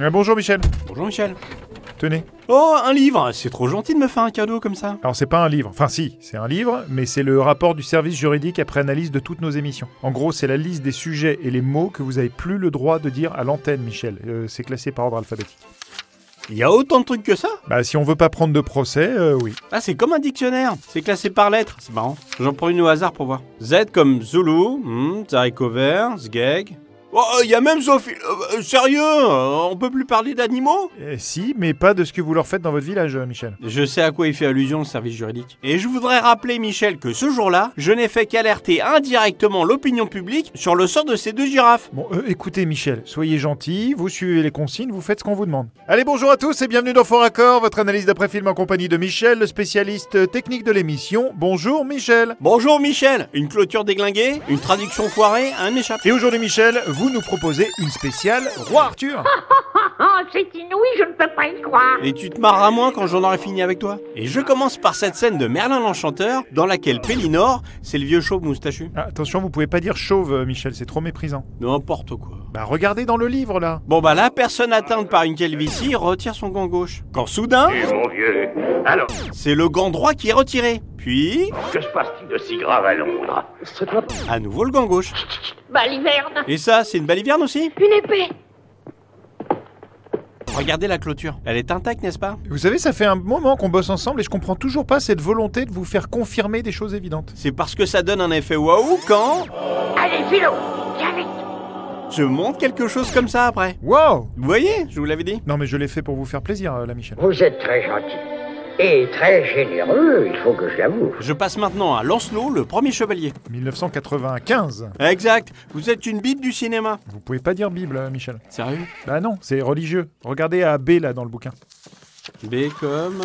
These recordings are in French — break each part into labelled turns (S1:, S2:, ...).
S1: Euh, bonjour Michel,
S2: Bonjour Michel.
S1: tenez.
S2: Oh, un livre C'est trop gentil de me faire un cadeau comme ça.
S1: Alors c'est pas un livre, enfin si, c'est un livre, mais c'est le rapport du service juridique après analyse de toutes nos émissions. En gros, c'est la liste des sujets et les mots que vous avez plus le droit de dire à l'antenne, Michel. Euh, c'est classé par ordre alphabétique.
S2: Il y a autant de trucs que ça
S1: Bah si on veut pas prendre de procès, euh, oui.
S2: Ah, c'est comme un dictionnaire. C'est classé par lettres. C'est marrant. J'en prends une au hasard pour voir. Z comme Zulu, hmm, haricot vert, Zgeg. Oh, il y a même Sophie. euh, euh, sérieux euh, On peut plus parler d'animaux
S1: Euh, si, mais pas de ce que vous leur faites dans votre village, euh, Michel.
S2: Je sais à quoi il fait allusion le service juridique. Et je voudrais rappeler, Michel, que ce jour-là, je n'ai fait qu'alerter indirectement l'opinion publique sur le sort de ces deux girafes.
S1: Bon, euh, écoutez Michel, soyez gentil, vous suivez les consignes, vous faites ce qu'on vous demande. Allez, bonjour à tous et bienvenue dans Fort Accord, votre analyse d'après-film en compagnie de Michel, le spécialiste euh, technique de l'émission. Bonjour Michel
S2: Bonjour Michel Une clôture déglinguée, une traduction foirée, un échappé.
S1: Et aujourd'hui Michel, vous nous proposez une spéciale Roi Arthur
S3: Ah, c'est inouï, je ne peux pas y croire.
S2: Et tu te marreras moins quand j'en aurai fini avec toi. Et je commence par cette scène de Merlin l'Enchanteur, dans laquelle Pélinor, c'est le vieux chauve moustachu.
S1: Ah, Attention, vous pouvez pas dire chauve euh, Michel, c'est trop méprisant.
S2: N'importe quoi.
S1: Bah regardez dans le livre là
S2: Bon bah là, personne atteinte par une calvitie retire son gant gauche. Quand soudain,
S4: Eh, mon vieux, alors,
S2: c'est le gant droit qui est retiré. Puis,
S4: que se passe-t-il de si grave à Londres
S2: à nouveau le gant gauche.
S3: Baliverne.
S2: Et ça, c'est une baliverne aussi
S3: Bah, Une épée.
S2: Regardez la clôture. Elle est intacte, n'est-ce pas
S1: Vous savez, ça fait un moment qu'on bosse ensemble et je comprends toujours pas cette volonté de vous faire confirmer des choses évidentes.
S2: C'est parce que ça donne un effet waouh quand
S3: Allez, Philo, viens vite.
S2: je monte quelque chose comme ça après.
S1: Wow
S2: Vous voyez, je vous l'avais dit.
S1: Non mais je l'ai fait pour vous faire plaisir euh, là Michel.
S5: Vous êtes très gentil. Et très généreux, il faut que je l'avoue.
S2: Je passe maintenant à Lancelot, le premier chevalier.
S1: 1995
S2: Exact, vous êtes une bite du cinéma.
S1: Vous pouvez pas dire Bible euh, Michel.
S2: Sérieux
S1: Bah non, c'est religieux. Regardez à B là dans le bouquin.
S2: B comme.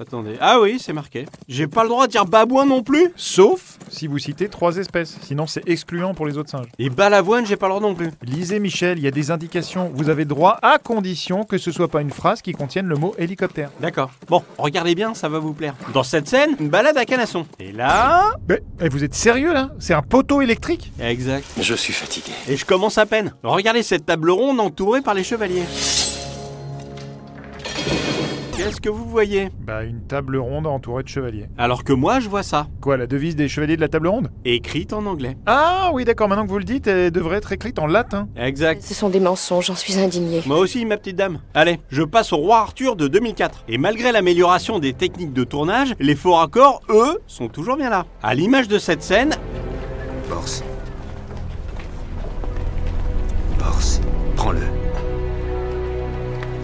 S2: Attendez. Ah oui, c'est marqué. J'ai pas le droit de dire babouin non plus
S1: Sauf si vous citez trois espèces, sinon c'est excluant pour les autres singes.
S2: Et balavoine, j'ai pas le droit non plus.
S1: Lisez Michel, il y a des indications. Vous avez droit à condition que ce soit pas une phrase qui contienne le mot hélicoptère.
S2: D'accord. Bon, regardez bien, ça va vous plaire. Dans cette scène, une balade à canasson. Et là.
S1: Mais eh, vous êtes sérieux là C'est un poteau électrique
S2: Exact.
S6: Je suis fatigué.
S2: Et je commence à peine. Regardez cette table ronde entourée par les chevaliers. Qu'est-ce que vous voyez
S1: Bah une table ronde entourée de chevaliers.
S2: Alors que moi, je vois ça.
S1: Quoi, la devise des chevaliers de la table ronde
S2: Écrite en anglais.
S1: Ah oui d'accord, maintenant que vous le dites, elle devrait être écrite en latin.
S2: Exact.
S7: Ce sont des mensonges, j'en suis indignée.
S2: Moi aussi, ma petite dame. Allez, je passe au roi Arthur de 2004. Et malgré l'amélioration des techniques de tournage, les faux raccords, eux, sont toujours bien là. À l'image de cette scène,
S6: Borse. Borse. Prends-le.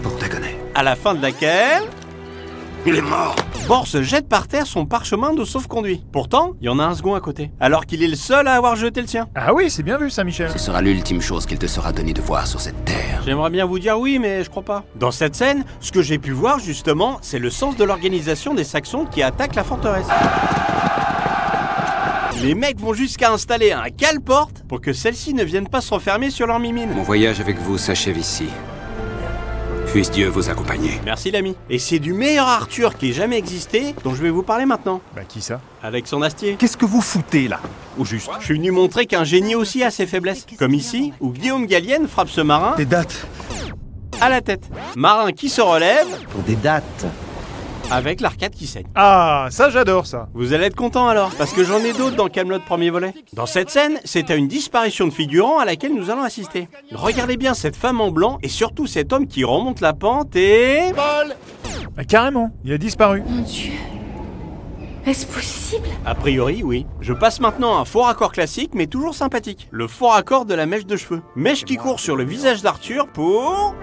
S6: Pour Dagonet.
S2: à la fin de laquelle,
S6: Il est mort
S2: Borse jette par terre son parchemin de sauf-conduit. Pourtant, il y en a un second à côté. Alors qu'il est le seul à avoir jeté le sien.
S1: Ah oui, c'est bien vu ça Michel.
S6: Ce sera l'ultime chose qu'il te sera donné de voir sur cette terre.
S2: J'aimerais bien vous dire oui, mais je crois pas. Dans cette scène, ce que j'ai pu voir justement, c'est le sens de l'organisation des Saxons qui attaquent la forteresse. Les mecs vont jusqu'à installer un cale-porte pour que celle-ci ne vienne pas se renfermer sur leur mimine.
S6: Mon voyage avec vous s'achève ici. Puisse Dieu vous accompagner.
S2: Merci l'ami. Et c'est du meilleur Arthur qui ait jamais existé dont je vais vous parler maintenant.
S1: Bah qui ça
S2: Avec son astier.
S8: Qu'est-ce que vous foutez là, au juste
S2: Je suis venu montrer qu'un génie aussi a ses faiblesses. Comme ici, où Guillaume Gallienne frappe ce marin
S8: Des dates.
S2: à la tête. Marin qui se relève
S8: Pour des dates.
S2: avec l'arcade qui saigne.
S1: Ah ça j'adore ça.
S2: Vous allez être content alors, parce que j'en ai d'autres dans Camelot premier volet. Dans cette scène, c'est à une disparition de figurants à laquelle nous allons assister. Regardez bien cette femme en blanc et surtout cet homme qui remonte la pente et...
S1: Ah, carrément, il a disparu.
S7: Mon Dieu. Est-ce possible
S2: A priori, oui. Je passe maintenant à un faux raccord classique, mais toujours sympathique. Le faux raccord de la mèche de cheveux. Mèche qui court sur le visage d'Arthur pour...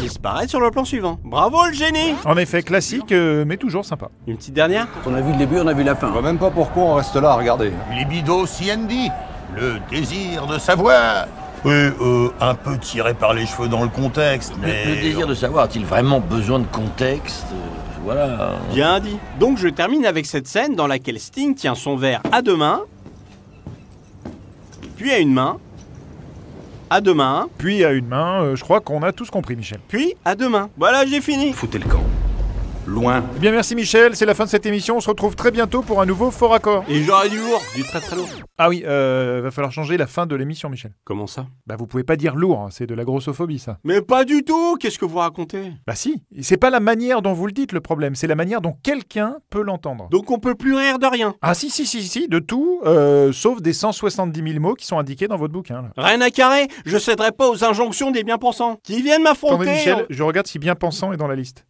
S2: Disparaître sur le plan suivant. Bravo le génie
S1: En effet, classique, euh, mais toujours sympa.
S2: Une petite dernière
S9: On a vu le début, on a vu la fin.
S10: Je vois même pas pourquoi on reste là à regarder.
S4: Libido Siendi, le désir de savoir. Oui, euh, un peu tiré par les cheveux dans le contexte, mais...
S9: Le désir de savoir a-t-il vraiment besoin de contexte Euh, Voilà.
S2: Bien dit. Donc je termine avec cette scène dans laquelle Sting tient son verre à deux mains, puis à une main, à deux mains,
S1: Puis à une main, euh, je crois qu'on a tous compris Michel.
S2: puis à deux mains. Voilà, j'ai fini.
S6: Foutez le camp.
S2: Loin.
S1: Eh bien, merci Michel, c'est la fin de cette émission. On se retrouve très bientôt pour un nouveau Fort Accord.
S2: Et genre du lourd, du très très lourd.
S1: Ah oui, euh, va falloir changer la fin de l'émission, Michel.
S2: Comment ça
S1: Bah, vous pouvez pas dire lourd, c'est de la grossophobie, ça.
S2: Mais pas du tout Qu'est-ce que vous racontez
S1: Bah, si. C'est pas la manière dont vous le dites le problème, c'est la manière dont quelqu'un peut l'entendre.
S2: Donc on peut plus rire de rien.
S1: Ah, si, si, si, si, de tout, euh, sauf des 170 000 mots qui sont indiqués dans votre bouquin. Là.
S2: Rien à carrer, je céderai pas aux injonctions des bien-pensants qui viennent
S1: Attendez,
S2: m'affronter.
S1: Michel, je regarde si bien pensant est dans la liste.